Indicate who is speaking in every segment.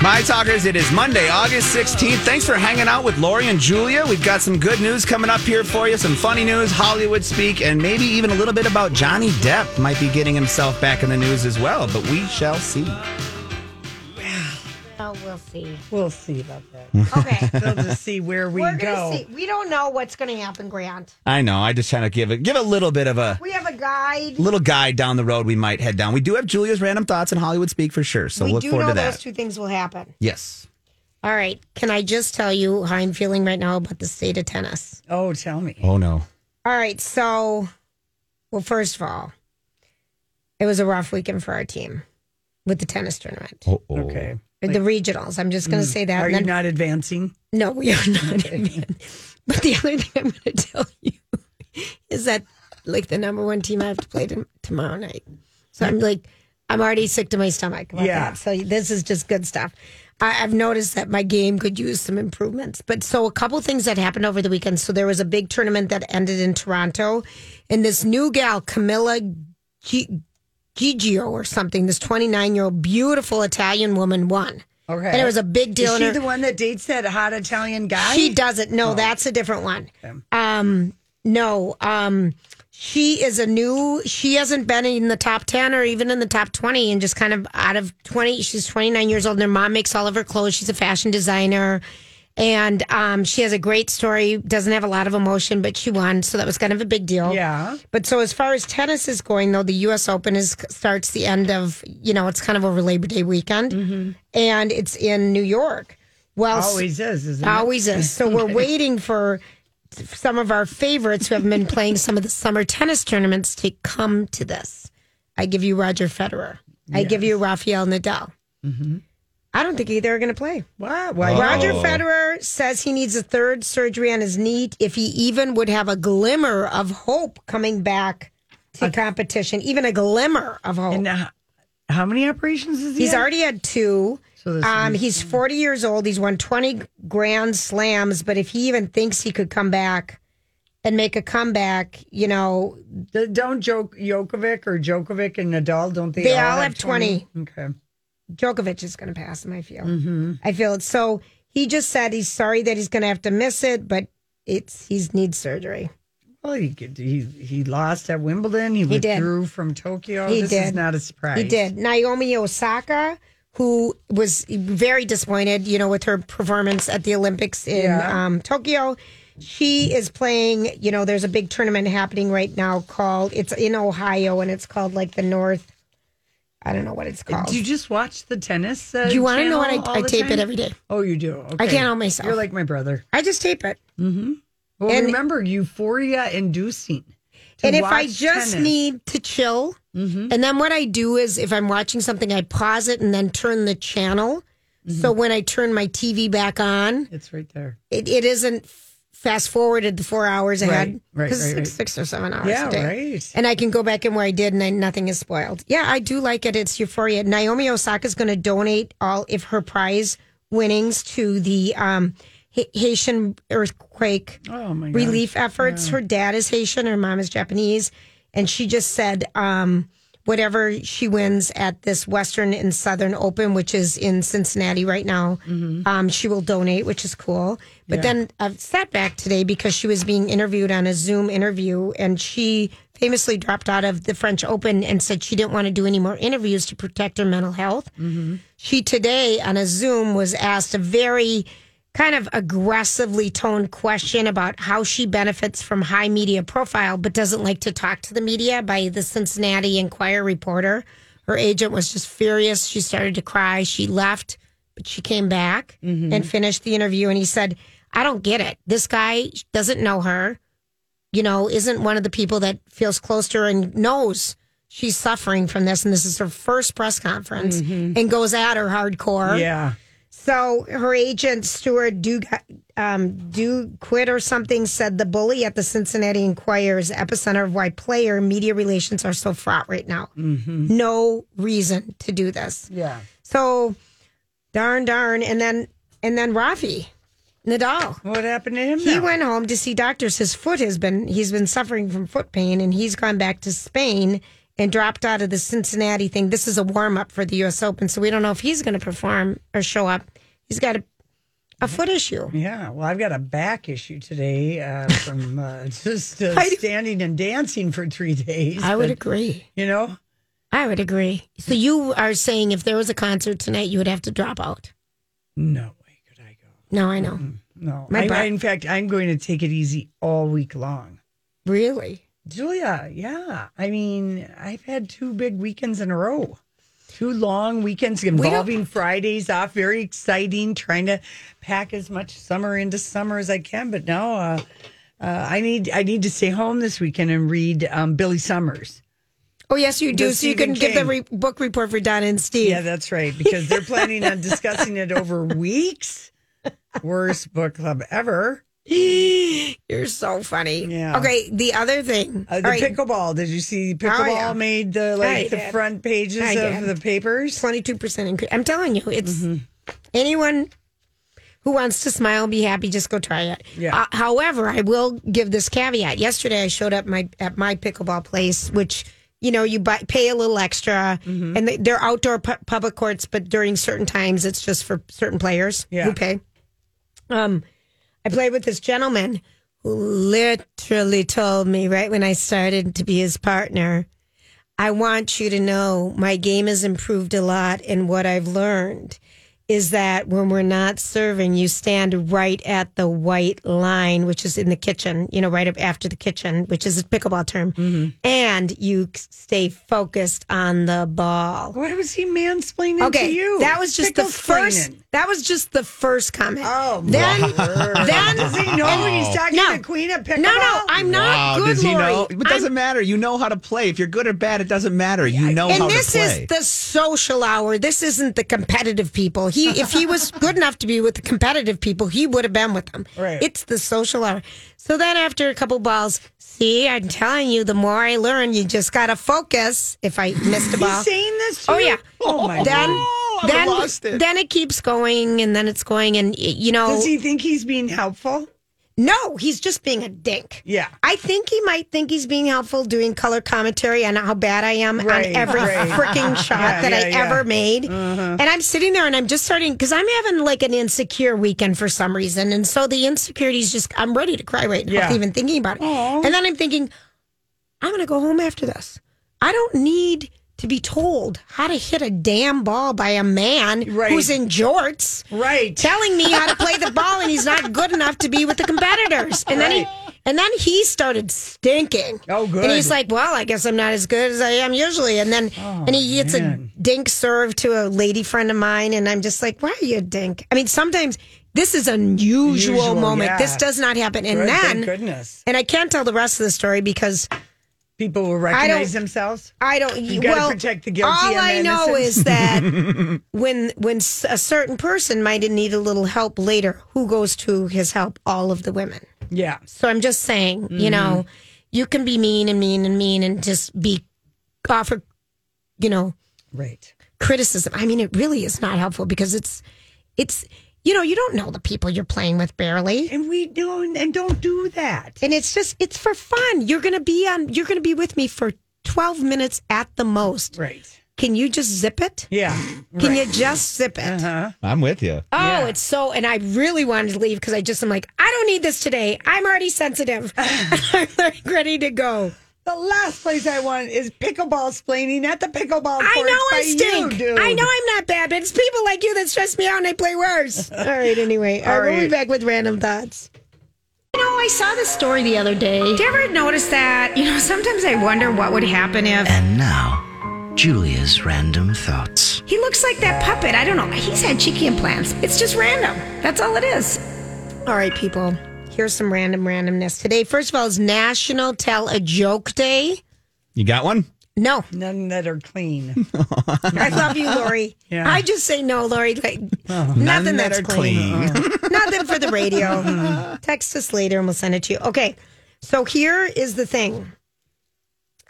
Speaker 1: My talkers, it is Monday, August 16th. Thanks for hanging out with Lori and Julia. We've got some good news coming up here for you, some funny news, Hollywood speak, and maybe even a little bit about Johnny Depp might be getting himself back in the news as well, but we shall see.
Speaker 2: Oh, we'll see.
Speaker 3: We'll see about that.
Speaker 2: Okay.
Speaker 3: We'll just see where we
Speaker 2: We're
Speaker 3: go.
Speaker 2: gonna see. We don't know what's gonna happen, Grant.
Speaker 1: I know, I just trying to give it give a little bit of a
Speaker 2: We have a guide.
Speaker 1: little guide down the road we might head down. We do have Julia's random thoughts and Hollywood speak for sure, so
Speaker 2: we
Speaker 1: look
Speaker 2: do
Speaker 1: forward
Speaker 2: know
Speaker 1: to that.
Speaker 2: those two things will happen.
Speaker 1: yes.
Speaker 2: All right. Can I just tell you how I'm feeling right now about the state of tennis?
Speaker 3: Oh, tell me.
Speaker 1: Oh no.
Speaker 2: All right. So, well, first of all, it was a rough weekend for our team with the tennis tournament,
Speaker 1: Oh, Mm. oh.
Speaker 3: Okay.
Speaker 2: with the regionals. I'm just gonna say that.
Speaker 3: Are
Speaker 2: and
Speaker 3: you
Speaker 2: then-
Speaker 3: not advancing?
Speaker 2: No, we are not. even. But the other thing I'm going to tell you is that, like, the number one team I have to play to, tomorrow night. So I'm like, I'm already sick to my stomach. About
Speaker 3: Yeah.
Speaker 2: That. So this is just good stuff. I, I've noticed that my game could use some improvements. But so a couple things that happened over the weekend. So there was a big tournament that ended in Toronto, and this new gal, Camilla G- Gigio or something, this 29 year old beautiful Italian woman won.
Speaker 3: Okay.
Speaker 2: And it was a big deal. in
Speaker 3: Is she
Speaker 2: her-
Speaker 3: the one that dates that hot Italian guy?
Speaker 2: she doesn't.
Speaker 3: Oh.
Speaker 2: No, that's a different one. Um, no. Um, she is a new. She hasn't been in the top ten or even in the top twenty, and just kind of out of twenty. She's twenty nine years old. And her mom makes all of her clothes. She's a fashion designer, and um, she has a great story. Doesn't have a lot of emotion, but she won, so that was kind of a big deal.
Speaker 3: Yeah.
Speaker 2: But so as far as tennis is going, though, the U.S. Open is starts the end of you know it's kind of over Labor Day weekend, and it's in New York. Well, s-
Speaker 3: Mm-hmm. Always is, isn't it?
Speaker 2: Always is. So we're waiting for some of our favorites who have been playing some of the summer tennis tournaments to come to this. I give you Roger Federer. I give you Rafael Nadal. I don't think either are going to play.
Speaker 3: What? Why?
Speaker 2: Roger Federer says he needs a third surgery on his knee if he even would have a glimmer of hope coming back to competition, even a glimmer of hope.
Speaker 3: And uh, how many operations is he?
Speaker 2: He's
Speaker 3: had?
Speaker 2: already had two.
Speaker 3: So this
Speaker 2: um, he's 40 years old. He's won 20 grand slams, but if he even thinks he could come back and make a comeback, you know,
Speaker 3: D- Don't joke Jokovic or Jokovic and Nadal. Don't they?
Speaker 2: They
Speaker 3: all,
Speaker 2: all have 20.
Speaker 3: Okay.
Speaker 2: Djokovic is going to pass him, I feel.
Speaker 3: Mm-hmm.
Speaker 2: I feel it. So he just said he's sorry that he's going to have to miss it, but it's he's needs surgery.
Speaker 3: Well, he could, he he lost at Wimbledon. He,
Speaker 2: did.
Speaker 3: withdrew from Tokyo.
Speaker 2: He
Speaker 3: Oh, this is
Speaker 2: did.
Speaker 3: not a surprise.
Speaker 2: He did. Naomi Osaka, who was very disappointed, you know, with her performance at the Olympics in
Speaker 3: Yeah.
Speaker 2: um, Tokyo. She is playing, you know, there's a big tournament happening right now called, it's in Ohio and it's called like the North, I don't know what it's called.
Speaker 3: Do Uh, you just watch the tennis? Uh,
Speaker 2: Do you wanna know what?
Speaker 3: channel
Speaker 2: I-
Speaker 3: all
Speaker 2: I
Speaker 3: the
Speaker 2: tape it
Speaker 3: time?
Speaker 2: every day.
Speaker 3: Oh, you do. Okay.
Speaker 2: can't help myself.
Speaker 3: You're like my brother.
Speaker 2: I just tape it.
Speaker 3: Well,
Speaker 2: And-
Speaker 3: remember euphoria inducing. to
Speaker 2: and if I
Speaker 3: watch
Speaker 2: just
Speaker 3: tennis. Mm-hmm.
Speaker 2: need to chill, and then what I do is if I'm watching something, I pause it and then turn the channel.
Speaker 3: Mm-hmm.
Speaker 2: So when I turn my TV back on,
Speaker 3: it's right there.
Speaker 2: it, it isn't fast forwarded the four hours ahead
Speaker 3: right,
Speaker 2: because
Speaker 3: right,
Speaker 2: it's like
Speaker 3: right.
Speaker 2: six or seven hours
Speaker 3: Yeah,
Speaker 2: a day.
Speaker 3: right.
Speaker 2: And I can go back in where I did, and I, nothing is spoiled. Yeah, I do like it. It's euphoria. Naomi Osaka is going to donate all if her prize winnings to the um, Ha- Haitian earthquake
Speaker 3: Oh my god.
Speaker 2: relief efforts. Her dad is Haitian, her mom is Japanese, and she just said um, whatever she wins at this Western and Southern Open, which is in Cincinnati right now, um, she will donate, which is cool. But then a setback today because she was being interviewed on a Zoom interview, and she famously dropped out of the French Open and said she didn't want to do any more interviews to protect her mental health. She today on a Zoom was asked a very kind of aggressively toned question about how she benefits from high media profile but doesn't like to talk to the media by the Cincinnati Enquirer reporter. Her agent was just furious. She started to cry. She left, but she came back and finished the interview. And he said, I don't get it. This guy doesn't know her, you know, isn't one of the people that feels close to her and knows she's suffering from this. And this is her first press conference and goes at her hardcore.
Speaker 3: Mm-hmm. Yeah.
Speaker 2: So her agent Stuart do um, do quit or something said the bully at the Cincinnati Inquirer is epicenter of why player media relations are so fraught right now. No reason to do this.
Speaker 3: Mm-hmm. Yeah.
Speaker 2: So darn darn, and then and then Rafi Nadal.
Speaker 3: What happened to him?
Speaker 2: He
Speaker 3: now?
Speaker 2: went home to see doctors. His foot has been he's been suffering from foot pain, and he's gone back to Spain and dropped out of the Cincinnati thing. This is a warm up for the U.S. Open, so we don't know if he's going to perform or show up. He's got a, a foot issue.
Speaker 3: Yeah, well, I've got a back issue today uh, from uh, just uh, standing and dancing for three days.
Speaker 2: I would
Speaker 3: but,
Speaker 2: agree.
Speaker 3: you know,
Speaker 2: I would agree. So you are saying if there was a concert tonight, you would have to drop out.
Speaker 3: no way could I go.
Speaker 2: No, I know.
Speaker 3: No,
Speaker 2: My
Speaker 3: I,
Speaker 2: back-
Speaker 3: I- in fact, I'm going to take it easy all week long.
Speaker 2: Really?
Speaker 3: Julia, yeah, I mean, I've had two big weekends in a row. Two long weekends involving Fridays off. Very exciting, trying to pack as much summer into summer as I can. But no, uh, uh, I need I need to stay home this weekend and read um, Billy Summers.
Speaker 2: Oh, yes, you do.
Speaker 3: The
Speaker 2: so you can
Speaker 3: Stephen
Speaker 2: give the
Speaker 3: King.
Speaker 2: re- book report for Donna and Steve.
Speaker 3: Yeah, that's right. Because they're planning on discussing it over weeks. Worst book club ever.
Speaker 2: You're so funny.
Speaker 3: Yeah.
Speaker 2: Okay, the other thing.
Speaker 3: Uh,
Speaker 2: All
Speaker 3: the
Speaker 2: right, Oh,
Speaker 3: pickleball. Did you see pickleball
Speaker 2: yeah.
Speaker 3: made the like
Speaker 2: I
Speaker 3: the
Speaker 2: did.
Speaker 3: front pages
Speaker 2: I
Speaker 3: of
Speaker 2: did.
Speaker 3: the papers?
Speaker 2: 22% increase. I'm telling you, it's
Speaker 3: Mm-hmm.
Speaker 2: anyone who wants to smile and be happy, just go try it.
Speaker 3: Yeah.
Speaker 2: Uh, however, I will give this caveat. Yesterday, I showed up my at my pickleball place, which you know you buy, pay a little extra,
Speaker 3: Mm-hmm.
Speaker 2: and they- they're outdoor pu- public courts, but during certain times, it's just for certain players
Speaker 3: Yeah.
Speaker 2: who pay. Um, I played with this gentleman who literally told me right when I started to be his partner. I want you to know my game has improved a lot. And what I've learned is that when we're not serving, you stand right at the white line, which is in the kitchen, you know, right up after the kitchen, which is a pickleball term.
Speaker 3: Mm-hmm.
Speaker 2: And you c- stay focused on the ball.
Speaker 3: What was he mansplaining to you?
Speaker 2: that was just the
Speaker 3: Pickle
Speaker 2: first.
Speaker 3: splaining.
Speaker 2: That was just the first comment.
Speaker 3: Oh,
Speaker 2: then,
Speaker 3: my
Speaker 2: then
Speaker 3: Does he know he's talking
Speaker 2: No.
Speaker 3: to the queen of pickleball?
Speaker 2: No, no, I'm not good,
Speaker 1: does he
Speaker 2: Lori.
Speaker 1: know? It
Speaker 2: I'm-
Speaker 1: doesn't matter. You know how to play. If you're good or bad, it doesn't matter. You know how
Speaker 2: and
Speaker 1: to
Speaker 2: this
Speaker 1: play.
Speaker 2: is the social hour. This isn't the competitive people. He, if he was good enough to be with the competitive people, he would have been with them.
Speaker 3: Right.
Speaker 2: It's the social hour. So then, after a couple balls, see, I'm telling you, the more I learn, you just gotta focus. If I missed a ball,
Speaker 3: He's saying this to
Speaker 2: oh
Speaker 3: you?
Speaker 2: yeah.
Speaker 3: Oh my
Speaker 2: Then,
Speaker 3: god.
Speaker 1: I
Speaker 2: then,
Speaker 1: lost it.
Speaker 2: then it keeps going, and then it's going, and y- you know,
Speaker 3: Does he think he's being helpful?
Speaker 2: no, he's just being a dink.
Speaker 3: Yeah.
Speaker 2: I think he might think he's being helpful doing color commentary on how bad I am
Speaker 3: Right,
Speaker 2: on every
Speaker 3: right.
Speaker 2: freaking shot
Speaker 3: Yeah,
Speaker 2: that I
Speaker 3: yeah, Uh-huh.
Speaker 2: ever
Speaker 3: yeah.
Speaker 2: made. And I'm sitting there and I'm just starting because I'm having like an insecure weekend for some reason. And so the insecurities just, I'm ready to cry right now,
Speaker 3: Yeah.
Speaker 2: even thinking about it. And then I'm thinking, I'm going to go home after this. I don't need to be told how to hit a damn ball by a man
Speaker 3: Right.
Speaker 2: who's in jorts
Speaker 3: Right.
Speaker 2: telling me how to play the ball and he's not good enough to be with the competitors. And then he and then he started stinking.
Speaker 3: Oh, good.
Speaker 2: And he's like, "Well, I guess I'm not as good as I am usually." And then and he gets
Speaker 3: Oh, man.
Speaker 2: a dink serve to a lady friend of mine and I'm just like, "Why are you a dink?" I mean, sometimes this is an unusual
Speaker 3: Usual,
Speaker 2: moment.
Speaker 3: yeah.
Speaker 2: This does not happen. And
Speaker 3: Good,
Speaker 2: then
Speaker 3: thank goodness.
Speaker 2: and I can't tell the rest of the story because
Speaker 3: People will recognize
Speaker 2: don't-
Speaker 3: themselves.
Speaker 2: I don't. You
Speaker 3: gotta
Speaker 2: well,
Speaker 3: protect the guilty
Speaker 2: All
Speaker 3: and the
Speaker 2: I know
Speaker 3: innocent.
Speaker 2: is that when when s- a certain person might need a little help later, who goes to his help? All of the women.
Speaker 3: Yeah.
Speaker 2: So I'm just saying, you know,
Speaker 3: Mm-hmm.
Speaker 2: you can be mean and mean and mean and just be offer, you know,
Speaker 3: Right.
Speaker 2: criticism. I mean, it really is not helpful because it's it's you know you don't know the people you're playing with barely.
Speaker 3: And we don't and don't do that.
Speaker 2: And it's just it's for fun. You're gonna be on. You're gonna be with me for twelve minutes at the most.
Speaker 3: Right.
Speaker 2: Can you just zip it?
Speaker 3: Yeah.
Speaker 2: Can you just zip it?
Speaker 1: I'm with you.
Speaker 2: Oh, it's so. And I really wanted to leave because I just am like, I don't need this today. I'm already sensitive. I'm like ready to go.
Speaker 3: The last place I want is pickleball splaining at the pickleball
Speaker 2: I
Speaker 3: courts
Speaker 2: know
Speaker 3: by
Speaker 2: I stink.
Speaker 3: You, dude.
Speaker 2: I know I'm not bad, but it's people like you that stress me out and I play worse. All right, anyway. All, All right, we'll be
Speaker 3: right.
Speaker 2: back with random thoughts.
Speaker 4: You know, I saw this story the other day.
Speaker 2: Do you ever notice that? You know, sometimes I wonder what would happen if.
Speaker 5: And now, Julia's random thoughts.
Speaker 4: He looks like that puppet. I don't know. He's had cheeky implants. It's just random. That's all it is.
Speaker 2: All right, people. Here's some random randomness today. First of all, it's National Tell a Joke Day.
Speaker 1: You got one?
Speaker 2: No,
Speaker 3: None that are clean.
Speaker 2: I love you, Lori.
Speaker 3: Yeah.
Speaker 2: I just say no, Lori. Like,
Speaker 1: None
Speaker 2: nothing
Speaker 1: that
Speaker 2: that's
Speaker 1: are
Speaker 2: clean. nothing for the radio. Text us later and we'll send it to you. Okay. So here is the thing.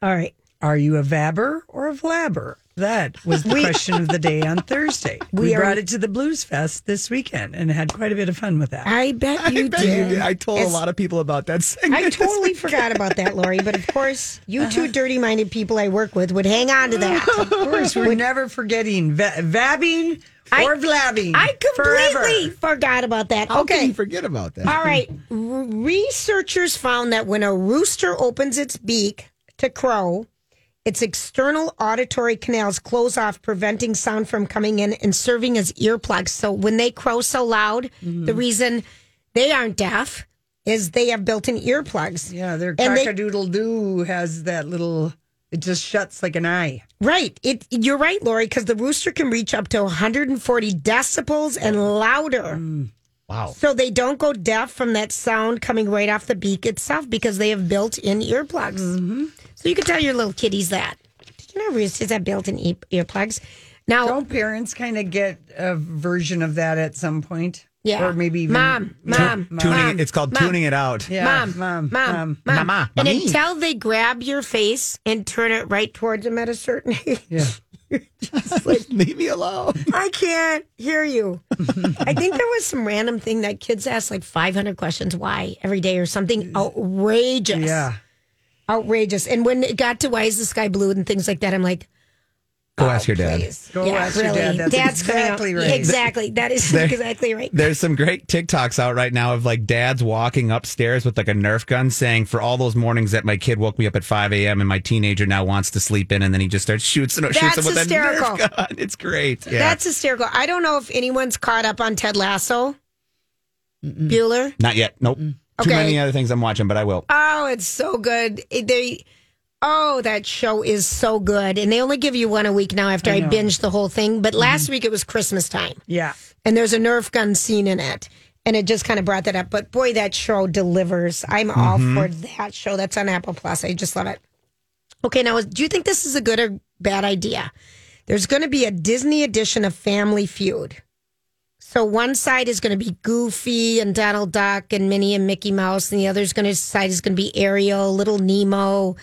Speaker 2: All right.
Speaker 3: Are you a vabber or a vlabber? That was the question of the day on Thursday. We,
Speaker 2: We are-
Speaker 3: brought it to the Blues Fest this weekend and had quite a bit of fun with that.
Speaker 2: I bet you did.
Speaker 1: I told
Speaker 2: It's-
Speaker 1: a lot of people about that segment.
Speaker 2: I totally forgot about that, Lori. But of course, you two
Speaker 1: Uh-huh.
Speaker 2: dirty minded people I work with would hang on to that. Of course.
Speaker 3: We're never forgetting va- vabbing
Speaker 2: I-
Speaker 3: or vlabbing.
Speaker 2: I completely
Speaker 3: forever.
Speaker 2: forgot about that.
Speaker 1: How
Speaker 2: okay.
Speaker 1: can you forget about that?
Speaker 2: All right. R- researchers found that when a rooster opens its beak to crow, its external auditory canals close off, preventing sound from coming in and serving as earplugs. So when they crow so loud,
Speaker 1: Mm-hmm.
Speaker 2: the reason they aren't deaf is they have built in earplugs.
Speaker 3: Yeah, their
Speaker 2: And they-
Speaker 3: cockadoodle doo has that little. It just shuts like an eye.
Speaker 2: Right. It you're right, Lori, because the rooster can reach up to 140 decibels and louder.
Speaker 1: Mm. Wow.
Speaker 2: So they don't go deaf from that sound coming right off the beak itself because they have built-in earplugs.
Speaker 1: Mm-hmm.
Speaker 2: So you can tell your little kitties that. Did you know roosters have built-in e- earplugs? Now,
Speaker 3: Don't parents kind of get a version of that at some point?
Speaker 2: yeah,
Speaker 3: or maybe even
Speaker 2: mom, mom,
Speaker 1: Tuning,
Speaker 2: mom,
Speaker 1: it's called
Speaker 2: mom,
Speaker 1: tuning it out.
Speaker 3: Yeah,
Speaker 2: mom, mom,
Speaker 3: mom,
Speaker 2: mom,
Speaker 3: mom.
Speaker 1: Mama,
Speaker 2: and
Speaker 1: mommy.
Speaker 2: until they grab your face and turn it right towards them at a certain age.
Speaker 3: Yeah.
Speaker 1: Leave me alone.
Speaker 2: I can't hear you. I think there was some random thing that kids ask like 500 questions why every day or something outrageous.
Speaker 3: Yeah.
Speaker 2: Outrageous. And when it got to why is the sky blue and things like that, I'm like,
Speaker 1: Go ask your dad.
Speaker 2: please.
Speaker 3: Go ask your dad. That's
Speaker 2: coming out.
Speaker 3: exactly right.
Speaker 2: Exactly. That is
Speaker 1: There-
Speaker 2: exactly right.
Speaker 1: There's some great TikToks out right now of like dads walking upstairs with like a Nerf gun saying, For all those mornings that my kid woke me up at 5 a.m. and my teenager now wants to sleep in, and then he just starts shoots, and shoots him
Speaker 2: That's
Speaker 1: with a
Speaker 2: hysterical.
Speaker 1: Nerf gun. It's great. Yeah.
Speaker 2: That's hysterical. I don't know if anyone's caught up on Ted Lasso. Bueller.
Speaker 1: Not yet. Nope. Too
Speaker 2: Mm. Okay.
Speaker 1: many other things I'm watching, but I will.
Speaker 2: Oh, it's so good. It- They, oh, that show is so good, and they only give you one a week now. After I, binged the whole thing, but last week it was Christmas time,
Speaker 3: Yeah.
Speaker 2: and there's a Nerf gun scene in it, and it just kind of brought that up. But boy, that show delivers. I'm all for that show. That's on Apple Plus. I just love it. Okay, now do you think this is a good or bad idea? There's going to be a Disney edition of Family Feud. So one side is going to be Goofy and Donald Duck and Minnie and Mickey Mouse, and the other gonna, side is going to be Ariel, Little Nemo.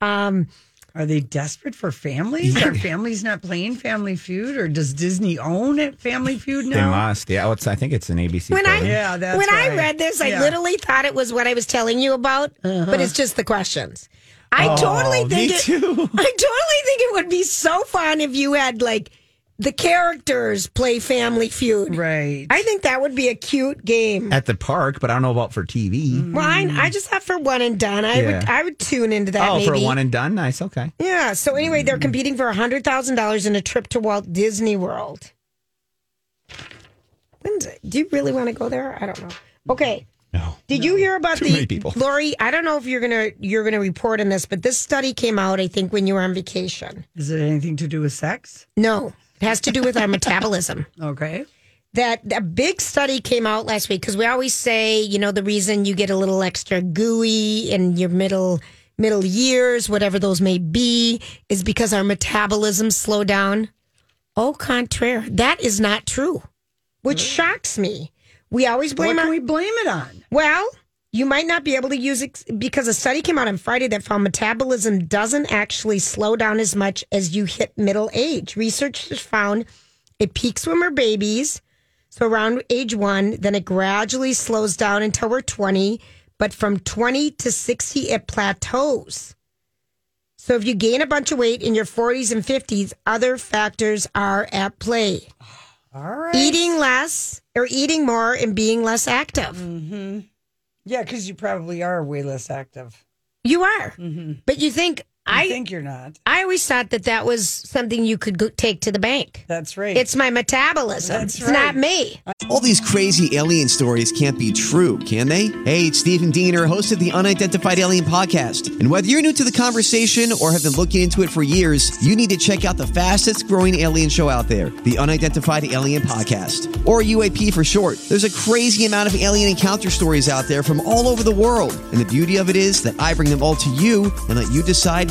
Speaker 2: Um,
Speaker 3: Are they desperate for families? Are families not playing Family Feud, or does Disney own it? Family Feud
Speaker 1: They
Speaker 3: now?
Speaker 1: must. Yeah. Oh, it's, I think it's an ABC.
Speaker 2: when I
Speaker 1: program.
Speaker 3: Yeah, that's
Speaker 2: when I
Speaker 3: right.
Speaker 2: read this, I
Speaker 3: Yeah.
Speaker 2: literally thought it was what I was telling you about, but it's just the questions. I totally think
Speaker 1: Uh-huh. Oh, me
Speaker 2: it,
Speaker 1: too.
Speaker 2: I totally think it would be so fun if you had like the characters play Family Feud.
Speaker 3: Right.
Speaker 2: I think that would be a cute game.
Speaker 1: At the park, but I don't know about for TV.
Speaker 2: Well, I, I just thought for one and done. I would
Speaker 1: Mm. Yeah.
Speaker 2: I would tune into that.
Speaker 1: Oh,
Speaker 2: maybe.
Speaker 1: for one and Mm. done? Nice. Okay.
Speaker 2: Yeah. So anyway, they're competing for hundred thousand dollars in a trip to Walt Disney World. Lindsay, do you really want to go there? I don't know. Okay.
Speaker 1: No.
Speaker 2: Did you hear about
Speaker 1: Too
Speaker 2: the
Speaker 1: many people.
Speaker 2: Lori? I don't know if you're gonna you're gonna report on this, but this study came out. I think when you were on vacation.
Speaker 3: Is it anything to do with sex?
Speaker 2: No, it has to do with our metabolism.
Speaker 3: Okay.
Speaker 2: that a big study came out last week because we always say you know the reason you get a little extra gooey in your middle middle years whatever those may be is because our metabolisms slow down au contraire that is not true which
Speaker 1: Mm.
Speaker 2: shocks me we always
Speaker 3: What
Speaker 2: blame
Speaker 3: can
Speaker 2: our
Speaker 3: we blame it on?
Speaker 2: well, you might not be able to use it because a study came out on Friday that found metabolism doesn't actually slow down as much as you hit middle age. Researchers found it peaks when we're babies, so around age one, then it gradually slows down until we're 20, but from 20 to 60, it plateaus. So if you gain a bunch of weight in your 40s and 50s, other factors are at play
Speaker 3: All right.
Speaker 2: eating less or eating more and being less active.
Speaker 3: Yeah, because you probably are way less active.
Speaker 2: Mm-hmm. You are. But you think
Speaker 3: I
Speaker 2: I
Speaker 3: think you're not.
Speaker 2: I always thought that that was something you could go- take to the bank.
Speaker 3: That's right.
Speaker 2: It's my metabolism.
Speaker 3: That's
Speaker 2: it's not
Speaker 3: right.
Speaker 2: me.
Speaker 6: All these crazy alien stories can't be true, can they? Hey, it's Stephen Diener, host of the Unidentified Alien Podcast. And whether you're new to the conversation or have been looking into it for years, you need to check out the fastest growing alien show out there, the Unidentified Alien Podcast, or UAP for short. There's a crazy amount of alien encounter stories out there from all over the world. And the beauty of it is that I bring them all to you and let you decide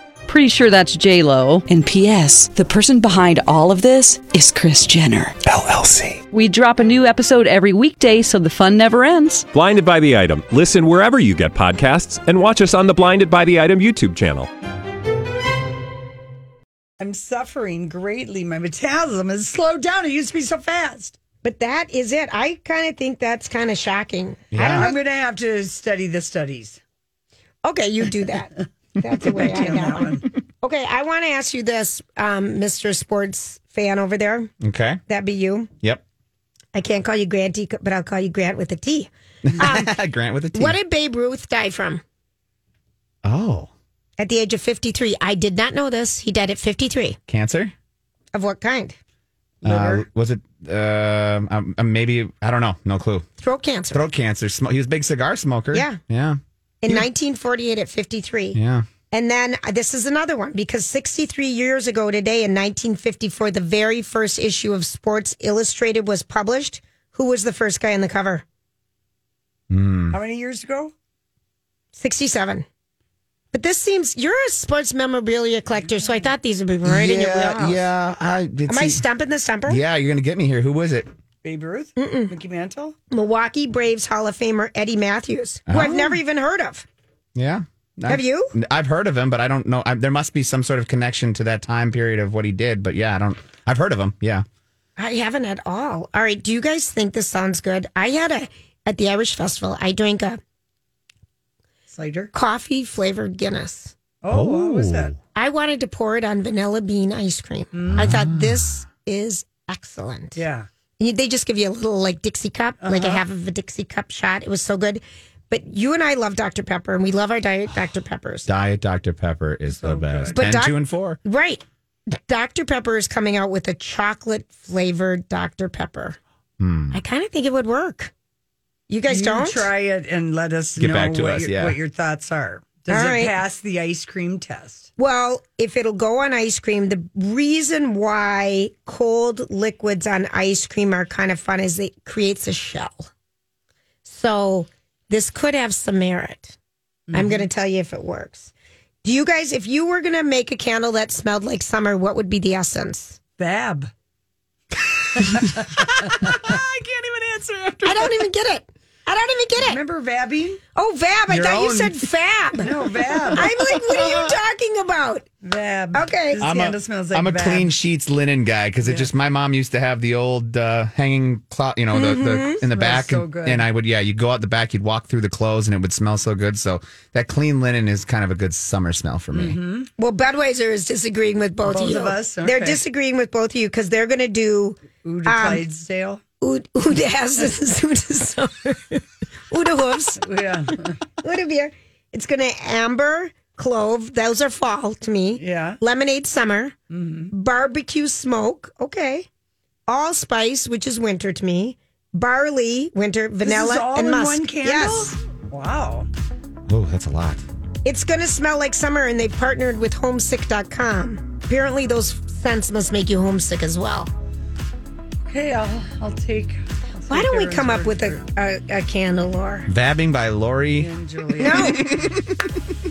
Speaker 7: Pretty sure that's J Lo. And P.S. The person behind all of this is Chris Jenner.
Speaker 8: LLC.
Speaker 7: We drop a new episode every weekday, so the fun never ends.
Speaker 8: Blinded by the item. Listen wherever you get podcasts, and watch us on the Blinded by the Item YouTube channel.
Speaker 3: I'm suffering greatly. My metabolism has slowed down. It used to be so fast.
Speaker 2: But that is it. I kind of think that's kind of shocking. I don't know.
Speaker 3: I'm going to have to study the studies.
Speaker 2: Okay, you do that. That's the way I got one. Okay, I want to ask you this, um, Mr. Sports fan over there.
Speaker 1: Okay.
Speaker 2: That be you.
Speaker 1: Yep.
Speaker 2: I can't call you Granty, but I'll call you Grant with a T. Um,
Speaker 1: Grant with a T.
Speaker 2: What did Babe Ruth die from?
Speaker 1: oh,
Speaker 2: At the age of 53. I did not know this. He died at 53.
Speaker 1: cancer?
Speaker 2: Of what kind?
Speaker 1: Uh, was it? um, Um, um, maybe I don't know. No clue.
Speaker 2: Throat cancer.
Speaker 1: Throat cancer. Sm- he was a big cigar smoker.
Speaker 2: Yeah.
Speaker 1: Yeah.
Speaker 2: In 1948 at 53.
Speaker 1: Yeah.
Speaker 2: And then uh, this is another one because 63 years ago today in 1954, the very first issue of Sports Illustrated was published. Who was the first guy on the cover?
Speaker 3: How many years ago?
Speaker 2: 67. But this seems, you're a sports memorabilia collector, so I thought these would be right in your wheelhouse.
Speaker 1: yeah. I,
Speaker 2: Am I stumping the stumper?
Speaker 1: Yeah, you're gonna get me here. Who was it?
Speaker 3: Babe Ruth? Mickey Mantle?
Speaker 2: Milwaukee Braves Hall of Famer Eddie Matthews, who
Speaker 1: Oh.
Speaker 2: I've never even heard of.
Speaker 1: Yeah.
Speaker 2: Have you?
Speaker 1: I've heard of him, but I don't know. I, there must be some sort of connection to that time period of what he did. But yeah, I don't. I've heard of him. Yeah.
Speaker 2: I haven't at all. All right. Do you guys think this sounds good? I had a, at the Irish Festival, I drank a
Speaker 3: Slater?
Speaker 2: coffee flavored Guinness.
Speaker 3: Oh, what was that?
Speaker 2: I wanted to pour it on vanilla bean ice cream. I thought this is excellent.
Speaker 3: Mm. Yeah. Uh-huh.
Speaker 2: You- They just give you a little like Dixie cup, like a half of a Dixie cup shot. It was so good. But you and I love Dr. Pepper and we love our diet Dr. Peppers.
Speaker 1: Diet Dr Pepper is the best.
Speaker 2: But
Speaker 1: and
Speaker 2: doc-
Speaker 1: two and four.
Speaker 2: Right. Dr. Pepper is coming out with a chocolate flavored Dr. Pepper. I kind of think it would work. You guys
Speaker 3: Hmm. You
Speaker 2: don't?
Speaker 3: try it and let us
Speaker 1: Get
Speaker 3: know
Speaker 1: back to
Speaker 3: what,
Speaker 1: us,
Speaker 3: your,
Speaker 1: yeah.
Speaker 3: what your thoughts are. Does
Speaker 2: All
Speaker 3: it
Speaker 2: right.
Speaker 3: pass the ice cream test?
Speaker 2: Well, if it'll go on ice cream, the reason why cold liquids on ice cream are kind of fun is it creates a shell. So this could have some merit. I'm going to tell you if it works. Do you guys, if you were going to make a candle that smelled like summer, what would be the essence?
Speaker 3: Fab. I can't even answer after
Speaker 2: I don't even get it. I don't even get it.
Speaker 3: Remember vabbing?
Speaker 2: Oh, Vab. I
Speaker 1: Your
Speaker 2: thought you
Speaker 1: own-
Speaker 2: said Fab.
Speaker 3: No, vab.
Speaker 2: I'm like, what are you talking about?
Speaker 3: Vab.
Speaker 2: Okay.
Speaker 3: This
Speaker 2: I'm
Speaker 3: candle smells like
Speaker 1: I'm a
Speaker 3: vab.
Speaker 1: clean sheets linen guy because it just my mom used to have the old uh, hanging cloth, you know, the, the
Speaker 2: Mm-hmm.
Speaker 1: in the back,
Speaker 3: so
Speaker 1: and,
Speaker 3: good.
Speaker 1: and I would yeah, you go out the back, you'd walk through the clothes, and it would smell so good. So that clean linen is kind of a good summer smell for
Speaker 2: Mm-hmm.
Speaker 1: me.
Speaker 2: Well, Budweiser is disagreeing with both, of
Speaker 3: Both
Speaker 2: you.
Speaker 3: of us?
Speaker 2: They're
Speaker 3: Okay.
Speaker 2: disagreeing with both of you because they're going to do
Speaker 3: Uda
Speaker 2: Um,
Speaker 3: Clydesdale.
Speaker 2: Ud- Uda has this Uda summer. Uda hooves.
Speaker 3: Yeah.
Speaker 2: Uda beer. It's going to amber, clove. Those are fall to me.
Speaker 3: Yeah. Mm-hmm.
Speaker 2: Lemonade summer. Barbecue smoke. Okay. Allspice, which is winter to me. Barley, winter, vanilla,
Speaker 3: this is all
Speaker 2: and
Speaker 3: in
Speaker 2: musk.
Speaker 3: one candle?
Speaker 2: Yes.
Speaker 3: Wow.
Speaker 1: Oh, that's a lot.
Speaker 2: It's going to smell like summer, and they've partnered with homesick.com. Apparently, those scents must make you homesick as well.
Speaker 3: Okay, I'll, I'll take. I'll
Speaker 2: Why
Speaker 3: take
Speaker 2: don't we
Speaker 3: Aaron's
Speaker 2: come up
Speaker 3: word
Speaker 2: with
Speaker 3: for
Speaker 2: a,
Speaker 3: it.
Speaker 2: a, a candle or?
Speaker 1: Vabbing by Lori.
Speaker 3: And Julia.
Speaker 2: No,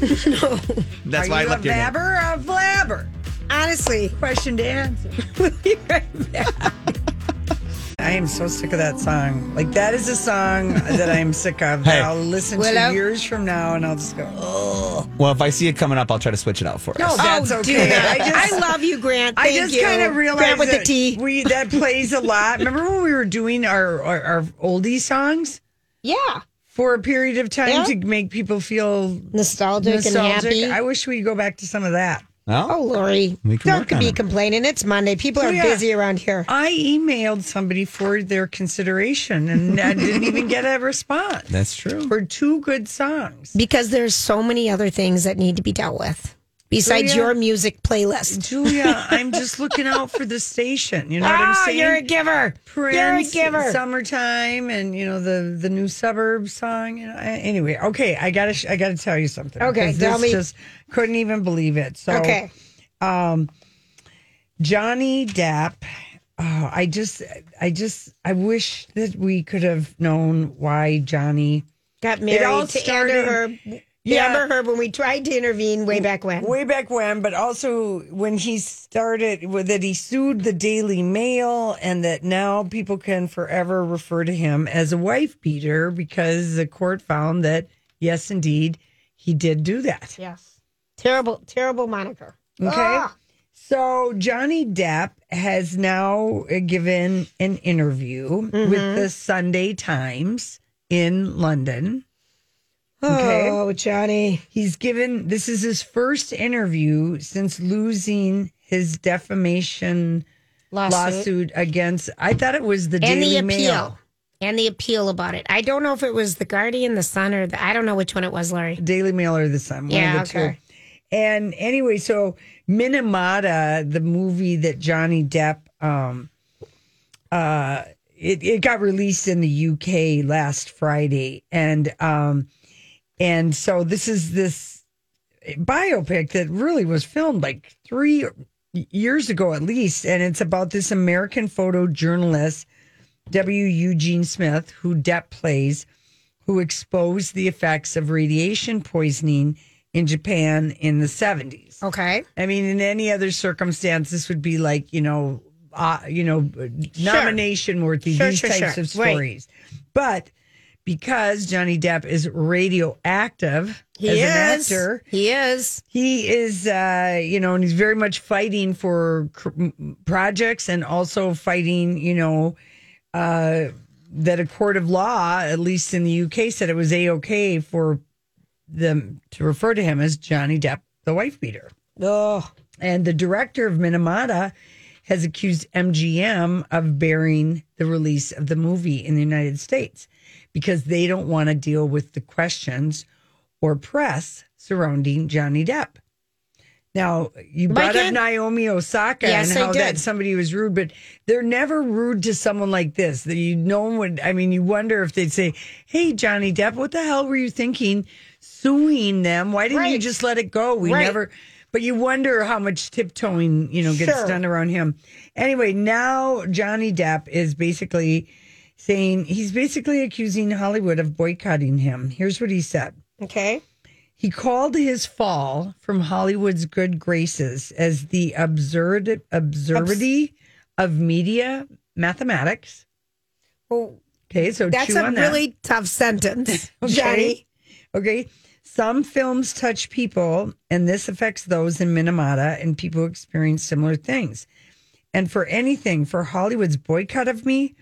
Speaker 1: That's
Speaker 3: Are
Speaker 1: why
Speaker 3: you
Speaker 1: I left
Speaker 3: a
Speaker 1: your name.
Speaker 3: vabber or a flabber?
Speaker 2: honestly.
Speaker 3: Question to answer.
Speaker 2: We'll be right back.
Speaker 3: I I am so sick of that song. Like that is a song that I am sick of. that
Speaker 1: Hey.
Speaker 3: I'll listen
Speaker 2: Willow?
Speaker 3: to years from now, and I'll just go. Oh,
Speaker 1: Well, if I see it coming up, I'll try to switch it out for us.
Speaker 3: no, that's
Speaker 2: oh,
Speaker 3: okay.
Speaker 2: dear.
Speaker 3: I just.
Speaker 2: I love you, Grant.
Speaker 3: I
Speaker 2: Thank
Speaker 3: just
Speaker 2: you.
Speaker 3: kind of realized
Speaker 2: Grant with
Speaker 3: that
Speaker 2: the T.
Speaker 3: we that plays a lot. Remember when we were doing our our, our oldie songs
Speaker 2: yeah.
Speaker 3: for a period of time
Speaker 2: Yeah.
Speaker 3: to make people feel
Speaker 2: Nostalgic, and happy.
Speaker 3: I wish we'd go back to some of that.
Speaker 2: oh, Lori.
Speaker 1: We can
Speaker 2: Don't
Speaker 1: work on
Speaker 2: be
Speaker 1: it.
Speaker 2: complaining. It's Monday. People are
Speaker 3: yeah.
Speaker 2: busy around here.
Speaker 3: I emailed somebody for their consideration and I didn't even get a response.
Speaker 1: That's true.
Speaker 3: For two good songs.
Speaker 2: Because there's so many other things that need to be dealt with besides
Speaker 3: Julia?
Speaker 2: your music playlist.
Speaker 3: Julia, I'm just looking out for the station. You know what I'm
Speaker 2: Ah,
Speaker 3: saying?
Speaker 2: you're a giver.
Speaker 3: Prince,
Speaker 2: you're a giver.
Speaker 3: Summertime, and you know the the new suburbs song. You know, a- anyway, okay, I gotta sh- I gotta tell you something.
Speaker 2: Okay,
Speaker 3: because
Speaker 2: tell
Speaker 3: this
Speaker 2: me.
Speaker 3: Just couldn't even believe it. So
Speaker 2: okay.
Speaker 3: Johnny Depp. Oh, I just, I just, I wish that we could have known why Johnny
Speaker 2: Got married
Speaker 3: all
Speaker 2: to
Speaker 3: started-
Speaker 2: Amber Heard.
Speaker 3: Yeah.
Speaker 2: Amber Heard when we tried to intervene way back when.
Speaker 3: way back when, but also when he started with that he sued the Daily Mail, and that now people can forever refer to him as a wife beater because the court found that yes, indeed, he did do that.
Speaker 2: Yes. Terrible, terrible moniker. Ah.
Speaker 3: Okay. So Johnny Depp has now uh, given an interview with the Sunday Times in London. Okay.
Speaker 2: Oh, Johnny.
Speaker 3: He's given this is his first interview since losing his defamation
Speaker 2: Lawsuit.
Speaker 3: lawsuit, against I thought it was the
Speaker 2: And
Speaker 3: Daily
Speaker 2: the appeal.
Speaker 3: Mail.
Speaker 2: And the appeal about it. I don't know if it was the Guardian, the Sun, or the, I don't know which one it was, Lori.
Speaker 3: Daily Mail or the Sun. One
Speaker 2: Yeah,
Speaker 3: of the
Speaker 2: okay.
Speaker 3: two. And anyway, so Minamata, the movie that Johnny Depp um uh it, it got released in the UK last Friday. And um and so this is this biopic that really was filmed like three years ago at least, and it's about this American photojournalist, W. Eugene Smith, who Depp plays, who exposed the effects of radiation poisoning in Japan in the 70s.
Speaker 2: Okay.
Speaker 3: I mean, in any other circumstance, this would be like, you know, uh, you know, nomination worthy,
Speaker 2: Sure,
Speaker 3: these
Speaker 2: sure,
Speaker 3: types
Speaker 2: sure.
Speaker 3: of
Speaker 2: Right.
Speaker 3: stories. But because Johnny Depp is radioactive as an actor,
Speaker 2: He is.
Speaker 3: he is uh you know and he's very much fighting for cr- m- projects and also fighting you know uh that a court of law at least in the UK said it was a-okay for them to refer to him as Johnny Depp the wife beater
Speaker 2: Oh,
Speaker 3: and the director of Minamata has accused MGM of burying the release of the movie in the United States because they don't want to deal with the questions or press surrounding Johnny Depp. Now, you brought up
Speaker 2: can't-
Speaker 3: Naomi Osaka
Speaker 2: Yes,
Speaker 3: and
Speaker 2: I
Speaker 3: how that
Speaker 2: did.
Speaker 3: somebody was rude, but they're never rude to someone like this. That you no one would I mean, you wonder if they'd say, Hey Johnny Depp, what the hell were you thinking suing them? Why didn't you
Speaker 2: Right.
Speaker 3: just let it go? We
Speaker 2: Right.
Speaker 3: never but you wonder how much tiptoeing, you know, gets
Speaker 2: Sure.
Speaker 3: done around him. Anyway, now Johnny Depp is basically saying he's basically accusing Hollywood of boycotting him. Here's what he said.
Speaker 2: okay.
Speaker 3: He called his fall from Hollywood's good graces as the absurd absurdity of media mathematics.
Speaker 2: Well,
Speaker 3: Okay, so
Speaker 2: that's
Speaker 3: chew
Speaker 2: a
Speaker 3: on that.
Speaker 2: really tough sentence, Johnny.
Speaker 3: Okay. Some films touch people, and this affects those in Minamata, and people experience similar things. And for anything, for Hollywood's boycott of me,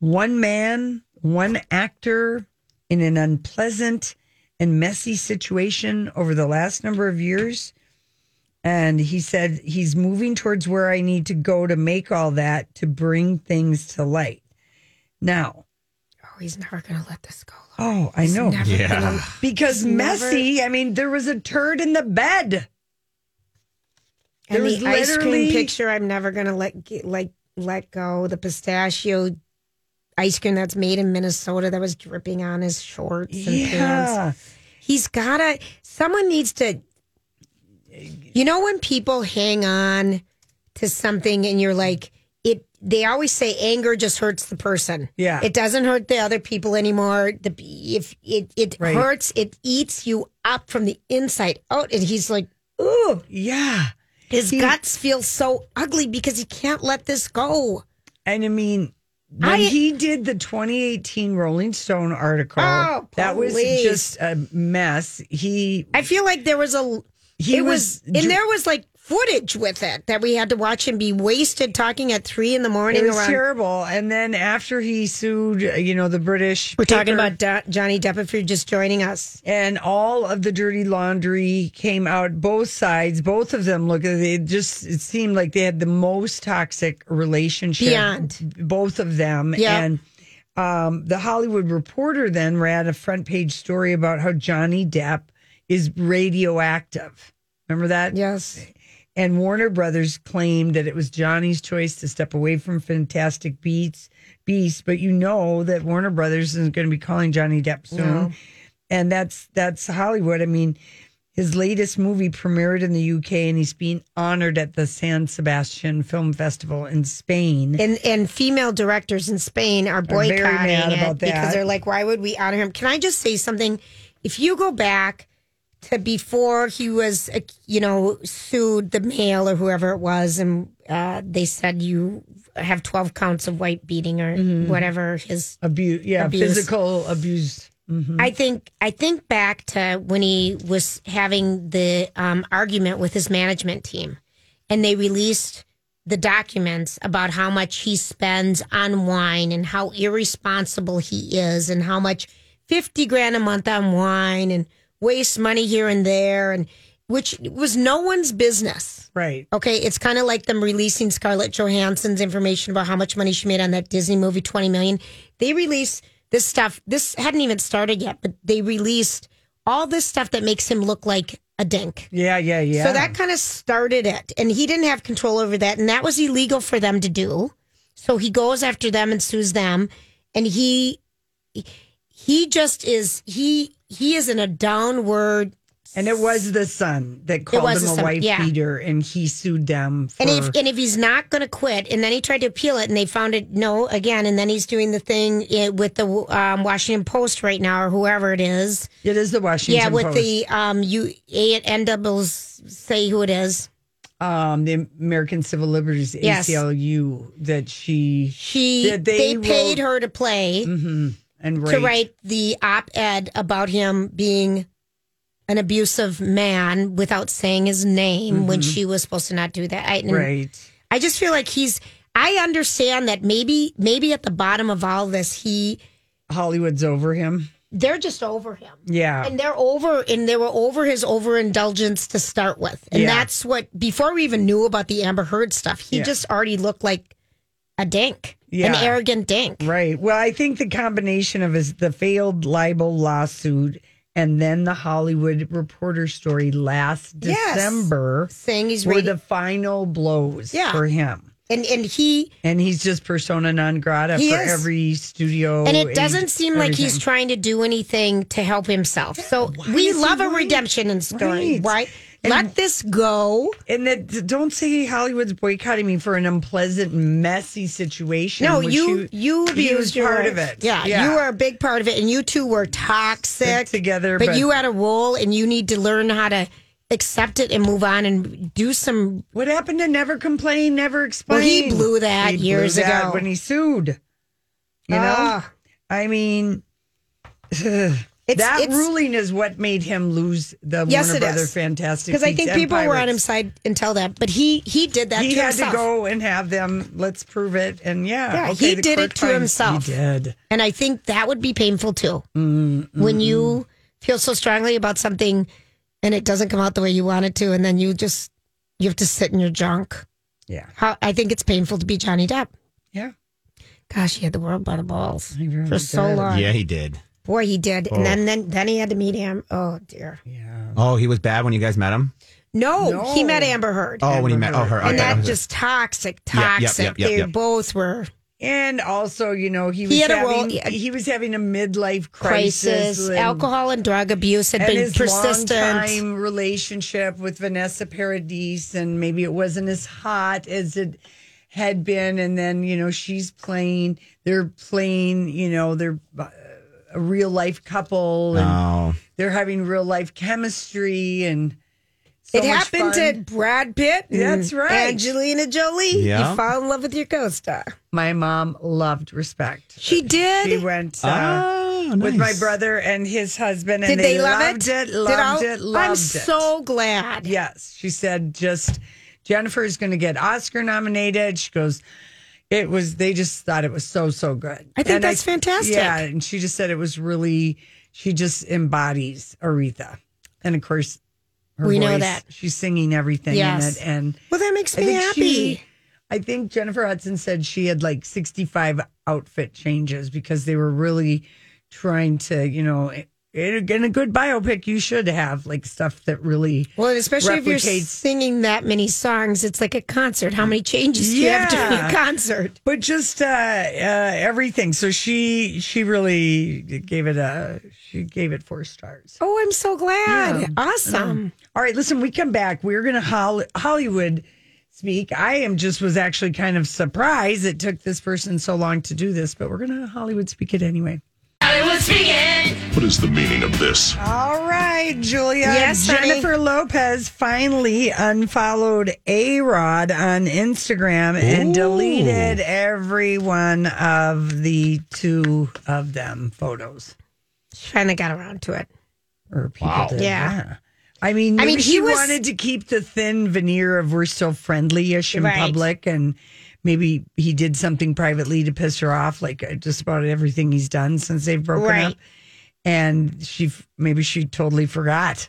Speaker 3: one man, one actor in an unpleasant and messy situation over the last number of years. And he said he's moving towards where I need to go to make all that to bring things to light. Now,
Speaker 2: Oh, he's never going to let this go. Lori.
Speaker 3: oh, I know.
Speaker 2: Never gonna-
Speaker 3: Because
Speaker 2: Never-
Speaker 3: Messi, I mean, there was a turd in the bed. There
Speaker 2: And
Speaker 3: was
Speaker 2: the ice cream
Speaker 3: literally-
Speaker 2: picture, I'm never going to let get, like let go. The pistachio ice cream that's made in Minnesota that was dripping on his shorts and pants. He's gotta. Someone needs to. You know when people hang on to something and you're like it. They always say anger just hurts the person.
Speaker 3: Yeah.
Speaker 2: it doesn't hurt the other people anymore. The if it it
Speaker 3: Right.
Speaker 2: hurts, it eats you up from the inside out. And he's like, ooh,
Speaker 3: Yeah.
Speaker 2: his guts feel so ugly because he can't let this go.
Speaker 3: And I mean, when he did the 2018 Rolling Stone article,
Speaker 2: Oh,
Speaker 3: that was
Speaker 2: please.
Speaker 3: just a mess. He
Speaker 2: I feel like there was a.
Speaker 3: He
Speaker 2: it was,
Speaker 3: was
Speaker 2: and
Speaker 3: dr-
Speaker 2: there was like footage with it that we had to watch him be wasted talking at three in the morning.
Speaker 3: it was
Speaker 2: around,
Speaker 3: terrible. And then after he sued, uh, you know, the British,
Speaker 2: We're talking
Speaker 3: paper,
Speaker 2: about Do- Johnny Depp. If you're just joining us,
Speaker 3: and all of the dirty laundry came out. Both sides, both of them. Look, it just it seemed like they had the most toxic relationship.
Speaker 2: Beyond.
Speaker 3: both of them,
Speaker 2: Yeah.
Speaker 3: and. Um, the Hollywood Reporter then ran a front page story about how Johnny Depp is radioactive. Remember that?
Speaker 2: yes,
Speaker 3: and Warner Brothers claimed that it was Johnny's choice to step away from Fantastic Beasts, Beasts, but you know that Warner Brothers is going to be calling Johnny Depp soon, and that's that's Hollywood. I mean, his latest movie premiered in the UK, and he's being honored at the San Sebastian Film Festival in Spain.
Speaker 2: and and female directors in Spain are
Speaker 3: very
Speaker 2: boycotting
Speaker 3: mad
Speaker 2: it
Speaker 3: about
Speaker 2: because
Speaker 3: that.
Speaker 2: they're like, why would we honor him? Can I just say something? If you go back to before he was, uh, you know, sued the male or whoever it was, and uh, they said you have twelve counts of white beating or
Speaker 3: Mm-hmm.
Speaker 2: whatever his
Speaker 3: Abuse, yeah,
Speaker 2: Abuse.
Speaker 3: physical abuse.
Speaker 2: I think I think back to when he was having the um, argument with his management team, and they released the documents about how much he spends on wine and how irresponsible he is, and how much fifty grand a month on wine and wastes money here and there, and which was no one's business.
Speaker 3: Right.
Speaker 2: Okay, it's kind of like them releasing Scarlett Johansson's information about how much money she made on that Disney movie, twenty million. They release this stuff. This hadn't even started yet, but they released all this stuff that makes him look like a dink.
Speaker 3: Yeah, yeah, yeah.
Speaker 2: So that kind of started it, and he didn't have control over that, and that was illegal for them to do. So he goes after them and sues them, and he he just is he he is in a downward
Speaker 3: and it was the son that called
Speaker 2: was
Speaker 3: him
Speaker 2: the
Speaker 3: a
Speaker 2: son,
Speaker 3: wife
Speaker 2: yeah.
Speaker 3: beater, and he sued them. For,
Speaker 2: And if and if he's not going to quit, and then he tried to appeal it, and they found it no again, and then he's doing the thing eh, with the um, Washington Post right now or whoever it is.
Speaker 3: it is the Washington
Speaker 2: yeah, with
Speaker 3: Post.
Speaker 2: the um, you A and doubles say who it is.
Speaker 3: um, the American Civil Liberties
Speaker 2: Yes.
Speaker 3: ACLU that she
Speaker 2: She
Speaker 3: That
Speaker 2: they,
Speaker 3: they
Speaker 2: paid
Speaker 3: wrote-
Speaker 2: her to play
Speaker 3: and
Speaker 2: to
Speaker 3: right,
Speaker 2: write the op ed about him being an abusive man without saying his name when she was supposed to not do that. I, and
Speaker 3: Mm-hmm. right.
Speaker 2: I just feel like he's. I understand that maybe maybe at the bottom of all this he
Speaker 3: Hollywood's over him.
Speaker 2: they're just over him.
Speaker 3: Yeah,
Speaker 2: And they're over, and they were over his overindulgence to start with. And
Speaker 3: Yeah.
Speaker 2: that's what, before we even knew about the Amber Heard stuff, he
Speaker 3: Yeah.
Speaker 2: just already looked like a dink,
Speaker 3: Yeah.
Speaker 2: an arrogant dink.
Speaker 3: right. Well, I think the combination of his the failed libel lawsuit and then the Hollywood Reporter story last
Speaker 2: Yes.
Speaker 3: December
Speaker 2: Saying he's
Speaker 3: were
Speaker 2: ready.
Speaker 3: the final blows
Speaker 2: Yeah.
Speaker 3: for him.
Speaker 2: and, and he,
Speaker 3: And he's just persona non grata
Speaker 2: He
Speaker 3: for
Speaker 2: is.
Speaker 3: every studio.
Speaker 2: and it doesn't seem like he's
Speaker 3: everything.
Speaker 2: trying to do anything to help himself. So we
Speaker 3: is he
Speaker 2: love a
Speaker 3: worried?
Speaker 2: redemption in story, right?
Speaker 3: Right.
Speaker 2: Let this go.
Speaker 3: And that don't say Hollywood's boycotting me for an unpleasant, messy situation.
Speaker 2: No,
Speaker 3: which
Speaker 2: you you abused
Speaker 3: you
Speaker 2: your
Speaker 3: was part
Speaker 2: wife.
Speaker 3: of it.
Speaker 2: Yeah, you were a big part of it, and you two were toxic
Speaker 3: Stick together,
Speaker 2: But,
Speaker 3: but-
Speaker 2: you had a role, and you need to learn how to accept it and move on and do some.
Speaker 3: What happened to never complain, never explain?
Speaker 2: blew that
Speaker 3: He blew
Speaker 2: years
Speaker 3: that
Speaker 2: ago.
Speaker 3: when he sued. You know,
Speaker 2: Ah.
Speaker 3: I mean, that
Speaker 2: it's-
Speaker 3: ruling is what made him lose the
Speaker 2: Yes,
Speaker 3: Warner
Speaker 2: it is.
Speaker 3: Brother Fantastic
Speaker 2: Because I
Speaker 3: Beasts
Speaker 2: think
Speaker 3: and
Speaker 2: people were on
Speaker 3: Pirates.
Speaker 2: his side until that, but he he did that
Speaker 3: He
Speaker 2: to
Speaker 3: had
Speaker 2: himself.
Speaker 3: to go and have them. Let's prove it. And yeah,
Speaker 2: Yeah,
Speaker 3: okay,
Speaker 2: he
Speaker 3: the
Speaker 2: did
Speaker 3: court
Speaker 2: it to
Speaker 3: finds-
Speaker 2: himself.
Speaker 3: He did.
Speaker 2: And I think that would be painful too.
Speaker 3: Mm-hmm.
Speaker 2: When you feel so strongly about something and it doesn't come out the way you want it to, and then you just you have to sit in your junk.
Speaker 3: Yeah,
Speaker 2: How I think it's painful to be Johnny Depp.
Speaker 3: yeah.
Speaker 2: Gosh, he had the world by the balls
Speaker 3: He really
Speaker 2: for so
Speaker 3: did. Oh.
Speaker 2: long.
Speaker 1: Yeah, he did.
Speaker 2: Boy, he did. And then, then then he had to meet him. Oh dear.
Speaker 1: Oh, he was bad when you guys met him.
Speaker 2: No,
Speaker 3: No.
Speaker 2: he met Amber Heard.
Speaker 1: Oh, when he met. Oh, her.
Speaker 2: and
Speaker 1: okay.
Speaker 2: that just toxic,
Speaker 1: Yep, yep,
Speaker 2: toxic.
Speaker 1: yep, yep,
Speaker 2: they
Speaker 1: yep.
Speaker 2: both were.
Speaker 3: And also, you know, he was
Speaker 2: He had a
Speaker 3: having,
Speaker 2: role- yeah.
Speaker 3: he was having a midlife crisis,
Speaker 2: Crisis,
Speaker 3: and-
Speaker 2: alcohol and drug abuse had
Speaker 3: and
Speaker 2: been
Speaker 3: his
Speaker 2: persistent.
Speaker 3: longtime relationship with Vanessa Paradis, and maybe it wasn't as hot as it had been. And then you know she's playing, they're playing, you know, they're uh, a real life couple, and
Speaker 1: Oh.
Speaker 3: they're having real life chemistry, and so
Speaker 2: It
Speaker 3: much
Speaker 2: happened Mm.
Speaker 3: fun.
Speaker 2: to Brad Pitt. and
Speaker 3: That's right.
Speaker 2: Angelina Jolie.
Speaker 1: Yeah.
Speaker 2: You fall in love with your co-star.
Speaker 3: My mom loved Respect.
Speaker 2: She did.
Speaker 3: She went uh,
Speaker 1: Oh,
Speaker 3: with my
Speaker 1: nice.
Speaker 3: brother and his husband, and
Speaker 2: Did they love
Speaker 3: loved
Speaker 2: it?
Speaker 3: it,
Speaker 2: Did
Speaker 3: loved
Speaker 2: all-
Speaker 3: it, loved
Speaker 2: I'm
Speaker 3: it.
Speaker 2: so glad.
Speaker 3: Yes, she said just Jennifer's going to get Oscar nominated. She goes, it was. They just thought it was so so good.
Speaker 2: I think that's fantastic.
Speaker 3: Yeah, and she just said it was really. She just embodies Aretha, and of course, her
Speaker 2: We know
Speaker 3: voice,
Speaker 2: that.
Speaker 3: she's singing everything
Speaker 2: Yes.
Speaker 3: in it, and
Speaker 2: Well, that makes
Speaker 3: I
Speaker 2: me
Speaker 3: think
Speaker 2: happy.
Speaker 3: she- I think Jennifer Hudson said she had like 65 outfit changes because they were really trying to, you know, in a in a good biopic, you should have like stuff that really.
Speaker 2: well, and especially if you're
Speaker 3: replicates-
Speaker 2: singing that many songs, it's like a concert. How many changes do you have during
Speaker 3: Yeah.
Speaker 2: a concert?
Speaker 3: But just uh, uh, everything. So she she really gave it a she gave it four stars.
Speaker 2: Oh, I'm so glad. Awesome.
Speaker 3: All right, listen, we come back. We're going to Hol- Hollywood speak. I am just was actually kind of surprised it took this person so long to do this, but we're going to Hollywood speak it anyway.
Speaker 9: What is the meaning of this?
Speaker 3: All right, Julia.
Speaker 2: Yes, honey.
Speaker 3: Jennifer Lopez finally unfollowed A Rod on Instagram and deleted every one of the two of them photos.
Speaker 2: She Finally got around to it.
Speaker 3: Or people did,
Speaker 2: Yeah.
Speaker 3: I mean,
Speaker 2: I
Speaker 3: maybe
Speaker 2: mean, he
Speaker 3: she
Speaker 2: was-
Speaker 3: wanted to keep the thin veneer of we're so friendly ish in
Speaker 2: Right.
Speaker 3: public. And maybe he did something privately to piss her off, like uh, just about everything he's done since they've broken
Speaker 2: Right.
Speaker 3: up. And she f- maybe she totally forgot.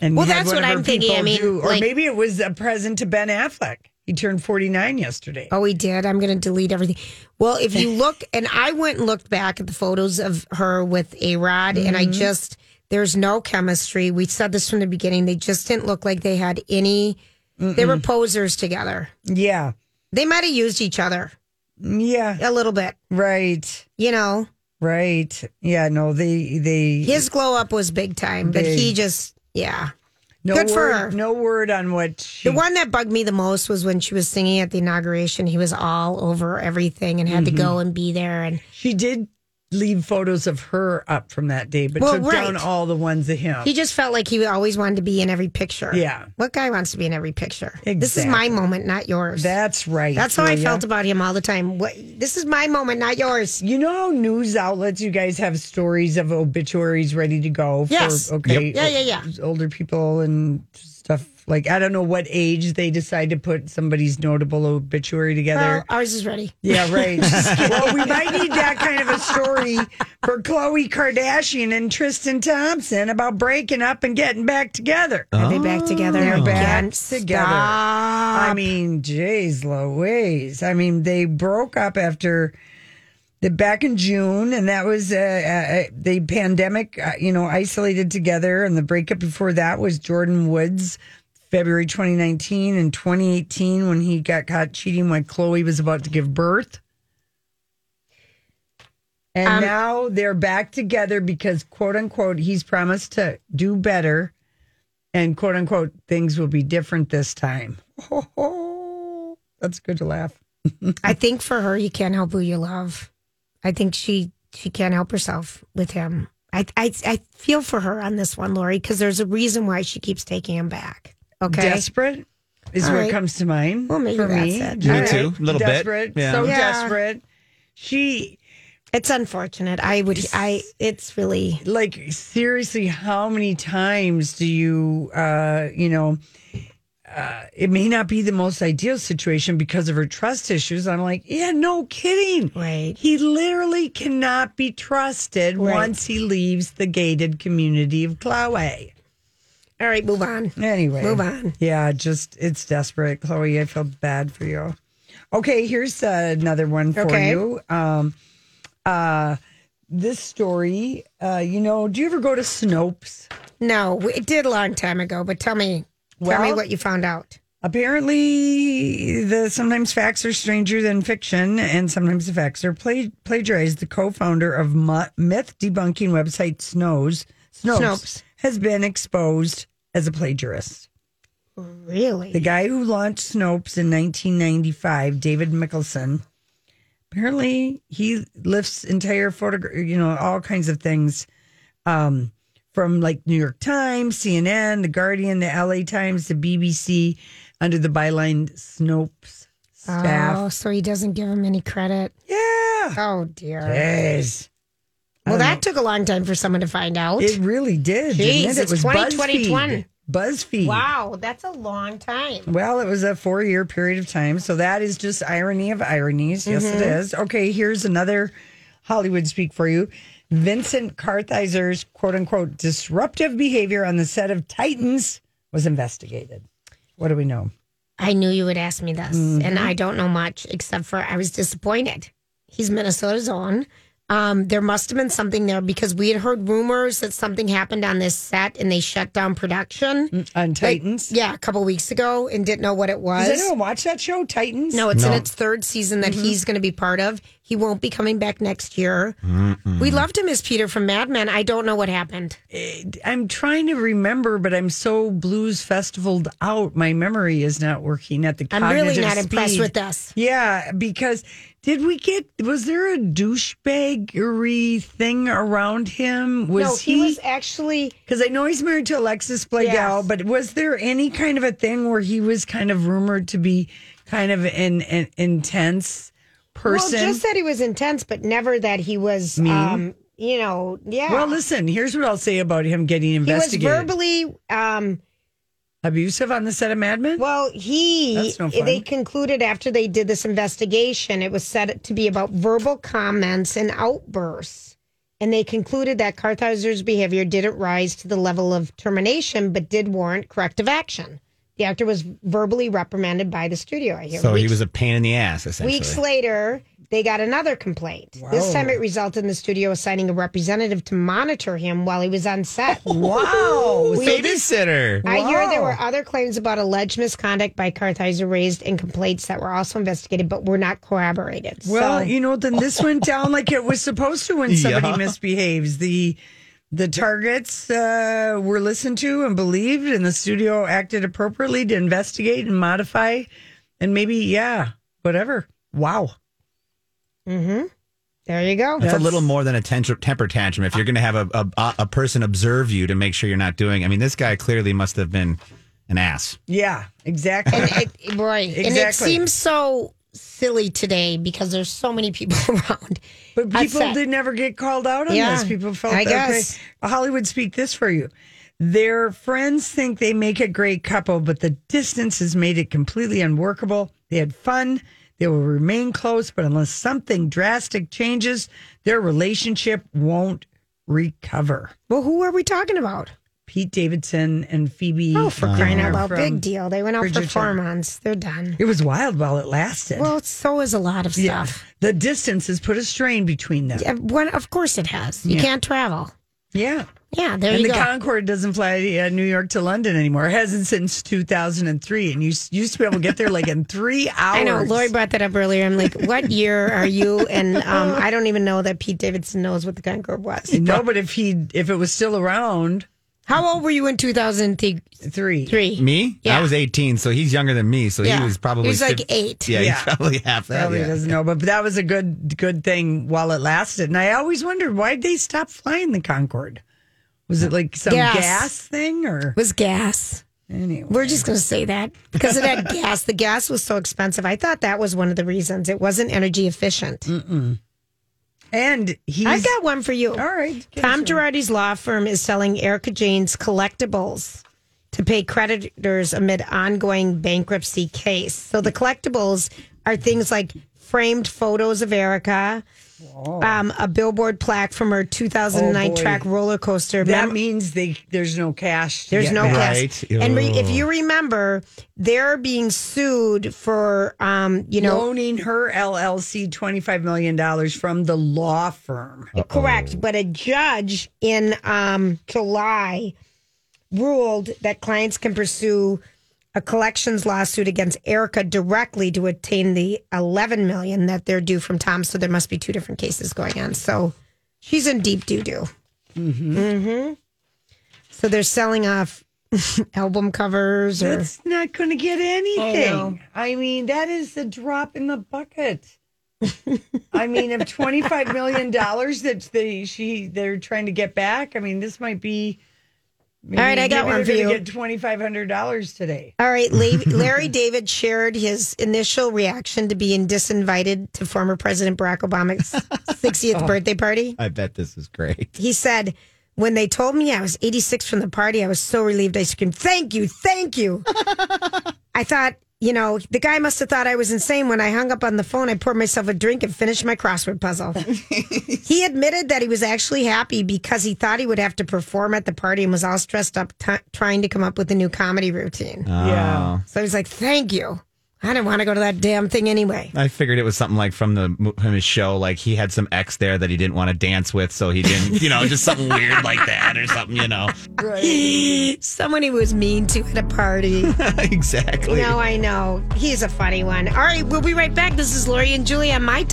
Speaker 3: And
Speaker 2: Well,
Speaker 3: had
Speaker 2: that's
Speaker 3: one
Speaker 2: what
Speaker 3: of her
Speaker 2: I'm thinking. I
Speaker 3: people
Speaker 2: mean,
Speaker 3: do- or
Speaker 2: like-
Speaker 3: maybe it was a present to Ben Affleck. He turned 49 yesterday.
Speaker 2: Oh, he did. I'm going to delete everything. Well, if you look, and I went and looked back at the photos of her with A Rod, and I just, there's no chemistry. We said this from the beginning. They just didn't look like they had any, they were posers together.
Speaker 3: Yeah.
Speaker 2: They might have used each other
Speaker 3: Yeah.
Speaker 2: a little bit,
Speaker 3: Right.
Speaker 2: you know.
Speaker 3: Right. Yeah. No, they, they,
Speaker 2: His glow up was big time, but he just, yeah.
Speaker 3: no
Speaker 2: good for
Speaker 3: word,
Speaker 2: her.
Speaker 3: No word on what she
Speaker 2: The one that bugged me the most was when she was singing at the inauguration. He was all over everything and had to
Speaker 3: Mm-hmm.
Speaker 2: go and be there. And
Speaker 3: She did leave photos of her up from that day, but
Speaker 2: Well,
Speaker 3: took down
Speaker 2: right.
Speaker 3: all the ones of him.
Speaker 2: he just felt like he always wanted to be in every picture.
Speaker 3: Yeah.
Speaker 2: What guy wants to be in every picture? This is my
Speaker 3: Exactly.
Speaker 2: moment, not yours.
Speaker 3: That's right.
Speaker 2: That's how I
Speaker 3: Julia.
Speaker 2: felt about him all the time. What, this is my moment, not yours.
Speaker 3: You know how news outlets, you guys have stories of obituaries ready to go for
Speaker 2: Yes.
Speaker 3: okay,
Speaker 2: Yeah, yeah, yeah.
Speaker 3: older people and stuff like I don't know what age they decide to put somebody's notable obituary together.
Speaker 2: Well, ours is ready.
Speaker 3: Yeah, right. well, we might need that kind of a story for Khloe Kardashian and Tristan Thompson about breaking up and getting back together.
Speaker 2: Are they back together?
Speaker 3: They're back
Speaker 2: Again?
Speaker 3: together. I
Speaker 2: Stop.
Speaker 3: mean, jeez Louise. I mean, they broke up after the back in June, and that was uh, uh, uh, the pandemic. Uh, you know, isolated together, and the breakup before that was Jordan Woods, February 2019 and 2018 when he got caught cheating when Chloe was about to give birth. And
Speaker 2: Um,
Speaker 3: now they're back together because quote unquote he's promised to do better and quote unquote things will be different this time. That's good to laugh.
Speaker 2: I think for her, you can't help who you love. I think she she can't help herself with him. I I, I feel for her on this one, Lori, because there's a reason why she keeps taking him back. Okay,
Speaker 3: Desperate is
Speaker 2: All
Speaker 3: what
Speaker 2: right.
Speaker 3: comes to mind
Speaker 2: Well, maybe
Speaker 3: for
Speaker 2: that's
Speaker 3: me.
Speaker 2: it.
Speaker 1: Me
Speaker 3: All
Speaker 1: too, a little bit.
Speaker 3: desperate,
Speaker 1: Yeah.
Speaker 3: So
Speaker 2: Yeah.
Speaker 3: desperate. She
Speaker 2: it's unfortunate. I would I it's really
Speaker 3: like seriously how many times do you uh you know uh, it may not be the most ideal situation because of her trust issues. I'm like, yeah, no kidding.
Speaker 2: Right.
Speaker 3: He literally cannot be trusted
Speaker 2: Right.
Speaker 3: once he leaves the gated community of Chloe.
Speaker 2: all right. Move on.
Speaker 3: Anyway,
Speaker 2: Move on.
Speaker 3: Yeah, just it's desperate, Chloe. I feel bad for you. Okay, here's uh, another one for
Speaker 2: Okay.
Speaker 3: you. Um, uh, this story, uh, you know, do you ever go to Snopes?
Speaker 2: No, we- it did a long time ago, but tell me, tell me
Speaker 3: Well-
Speaker 2: what you found out.
Speaker 3: Apparently, the sometimes facts are stranger than fiction, and sometimes the facts are pla- plagiarized. The co-founder of mu myth debunking website Snows Snopes,
Speaker 2: Snopes.
Speaker 3: has been exposed as a plagiarist.
Speaker 2: Really?
Speaker 3: The guy who launched Snopes in 1995, David Mickelson, apparently he lifts entire photograph, you know, all kinds of things um, from like New York Times, CNN, The Guardian, the LA Times, the BBC under the byline Snopes staff.
Speaker 2: Oh, so he doesn't give him any credit.
Speaker 3: Yeah.
Speaker 2: Oh dear.
Speaker 3: Jeez. I
Speaker 2: Well,
Speaker 3: don't
Speaker 2: that took a long time for someone to find out.
Speaker 3: It really did. didn't
Speaker 2: Jeez,
Speaker 3: it? it
Speaker 2: it's
Speaker 3: was
Speaker 2: 2021.
Speaker 3: BuzzFeed. BuzzFeed.
Speaker 2: Wow, that's a long time.
Speaker 3: Well, it was a four year period of time. So that is just irony of ironies. Yes, it
Speaker 2: Mhm.
Speaker 3: is. Okay, here's another Hollywood speak for you. Vincent Kartheiser's quote unquote disruptive behavior on the set of Titans was investigated. What do we know?
Speaker 2: I knew you would ask me this,
Speaker 3: Mhm.
Speaker 2: and I don't know much except for I was disappointed. He's Minnesota's own. Um, there must have been something there because we had heard rumors that something happened on this set and they shut down production
Speaker 3: on
Speaker 2: Titans. yeah, a couple weeks ago, and didn't know what it was.
Speaker 3: Does anyone watch that show, Titans?
Speaker 2: No, it's in its third season
Speaker 3: Mm-hmm.
Speaker 2: that he's going to be part of. He won't be coming back next year. We loved him as Peter from Mad Men. I don't know what happened.
Speaker 3: Eh, I'm trying to remember, but I'm so blues festivaled out. My memory is not working at the.
Speaker 2: I'm really
Speaker 3: cognitive
Speaker 2: not impressed
Speaker 3: speed.
Speaker 2: with this.
Speaker 3: Yeah, because did we get? Was there a douchebaggery thing around him? Was
Speaker 2: no, he, was actually.
Speaker 3: Because I know he's married to Alexis Bledel,
Speaker 2: Yes.
Speaker 3: but was there any kind of a thing where he was kind of rumored to be kind of an, an intense person?
Speaker 2: Well, just that he was intense, but never that he was,
Speaker 3: Mean?
Speaker 2: um, you know, yeah.
Speaker 3: Well, listen. Here's what I'll say about him getting
Speaker 2: he was
Speaker 3: investigated.
Speaker 2: verbally. Um,
Speaker 3: abusive on the set of Mad Men.
Speaker 2: well, he.
Speaker 3: That's no fun.
Speaker 2: they concluded after they did this investigation, it was said to be about verbal comments and outbursts. And they concluded that Cartheiser's behavior didn't rise to the level of termination, but did warrant corrective action. The actor was verbally reprimanded by the studio, I hear.
Speaker 1: So he
Speaker 2: Weeks-
Speaker 1: was a pain in the ass, essentially.
Speaker 2: Weeks later, they got another complaint. This time it resulted in the studio assigning a representative to monitor him while he was on set.
Speaker 3: Wow.
Speaker 2: We-
Speaker 1: Babysitter.
Speaker 2: I hear there were
Speaker 3: Wow.
Speaker 2: other claims about alleged misconduct by Kartheiser raised and complaints that were also investigated but were not corroborated.
Speaker 3: Well,
Speaker 2: so,
Speaker 3: you know, then this went down like it was supposed to when somebody
Speaker 1: Yeah.
Speaker 3: misbehaves. The the targets uh, were listened to and believed, and the studio acted appropriately to investigate and modify, and maybe yeah, whatever. Wow,
Speaker 2: hmm there you go.
Speaker 1: That's, a little more than a ten- temper tantrum. If you're going to have a, a a person observe you to make sure you're not doing, I mean, this guy clearly must have been an ass.
Speaker 3: yeah, exactly.
Speaker 2: And it, boy, and it
Speaker 3: Exactly.
Speaker 2: seems so silly today because there's so many people around.
Speaker 3: But
Speaker 2: That's
Speaker 3: people
Speaker 2: sad.
Speaker 3: did never get called out on
Speaker 2: Yeah,
Speaker 3: this. People felt
Speaker 2: I
Speaker 3: okay.
Speaker 2: guess.
Speaker 3: Hollywood speak this for you. Their friends think they make a great couple, but the distance has made it completely unworkable. They had fun. They will remain close, but unless something drastic changes, their relationship won't recover.
Speaker 2: Well, who are we talking about?
Speaker 3: Pete Davidson and Phoebe.
Speaker 2: Oh, for crying out
Speaker 3: Gilmore
Speaker 2: loud.
Speaker 3: from-
Speaker 2: Big deal. They went out for
Speaker 3: Bridgerton.
Speaker 2: four months. They're done.
Speaker 3: It was wild while it lasted.
Speaker 2: Well, so is a lot of
Speaker 3: yeah.
Speaker 2: stuff.
Speaker 3: The distance has put a strain between them.
Speaker 2: Yeah, one, of course it has. You
Speaker 3: Yeah.
Speaker 2: can't travel.
Speaker 3: yeah.
Speaker 2: Yeah, there
Speaker 3: and
Speaker 2: you
Speaker 3: the
Speaker 2: go.
Speaker 3: Concorde doesn't fly uh, New York to London anymore. It hasn't since 2003. And you s- used to be able to get there like in three hours.
Speaker 2: I know. Lori brought that up earlier. I'm like, what year are you? And um, I don't even know that Pete Davidson knows what the Concorde was.
Speaker 3: No, but if he if it was still around,
Speaker 2: How old were you in 2003?
Speaker 3: three.
Speaker 1: Me?
Speaker 2: Yeah.
Speaker 1: I was 18, so he's younger than me, so
Speaker 2: Yeah.
Speaker 1: he was probably
Speaker 2: He was like
Speaker 1: fif-
Speaker 2: eight.
Speaker 1: Yeah,
Speaker 3: Yeah.
Speaker 1: he's probably half that.
Speaker 3: Probably
Speaker 1: yeah.
Speaker 3: doesn't know, but that was a good good thing while it lasted. And I always wondered why'd they stop flying the Concorde? Was it like some
Speaker 2: Gas.
Speaker 3: gas thing or
Speaker 2: was gas.
Speaker 3: anyway?
Speaker 2: We're just going to say that because it had gas. The gas was so expensive. I thought that was one of the reasons. It wasn't energy efficient.
Speaker 3: And he's
Speaker 2: I've got one for you.
Speaker 3: all right. give
Speaker 2: Tom
Speaker 3: us one.
Speaker 2: Girardi's law firm is selling Erica Jane's collectibles to pay creditors amid ongoing bankruptcy case. So the collectibles are things like framed photos of Erica, um, a billboard plaque from her 2009
Speaker 3: Oh, boy.
Speaker 2: track roller coaster.
Speaker 3: That
Speaker 2: Mem-
Speaker 3: means they there's no cash. to
Speaker 2: there's
Speaker 3: get
Speaker 2: no
Speaker 3: back.
Speaker 2: cash.
Speaker 1: Right.
Speaker 2: And re- if
Speaker 1: Ew.
Speaker 2: you remember, they're being sued for, um, you know,
Speaker 3: loaning her LLC $25 million from the law firm.
Speaker 2: Correct, but a judge in um, July ruled that clients can pursue a collections lawsuit against Erica directly to attain the 11 million that they're due from Tom. So there must be two different cases going on. So she's in deep doo doo. hmm So they're selling off album covers or
Speaker 3: That's not going to get anything.
Speaker 2: no.
Speaker 3: I mean, that is a drop in the bucket. I mean, of $25 million that they, she, they're trying to get back, I mean, this might be
Speaker 2: All right, I got
Speaker 3: Maybe
Speaker 2: one for
Speaker 3: they're
Speaker 2: you.
Speaker 3: gonna Get twenty five hundred dollars today.
Speaker 2: All right, Larry, Larry David shared his initial reaction to being disinvited to former President Barack Obama's 60th birthday party.
Speaker 1: I bet this is great.
Speaker 2: He said, When they told me I was 86 from the party, I was so relieved. I screamed, Thank you, thank you. I thought, you know, the guy must have thought I was insane when I hung up on the phone. I poured myself a drink and finished my crossword puzzle. he admitted that he was actually happy because he thought he would have to perform at the party and was all stressed up t- trying to come up with a new comedy routine.
Speaker 1: Yeah.
Speaker 2: So he's like, Thank you. I didn't want to go to that damn thing anyway.
Speaker 1: I figured it was something like from the from his show, like he had some ex there that he didn't want to dance with, so he didn't, you know, just something weird like that or something, you know.
Speaker 2: Someone he was mean to at a party.
Speaker 1: exactly.
Speaker 2: No, I know. He's a funny one. All right, we'll be right back. This is Lori and Julia on My Talk.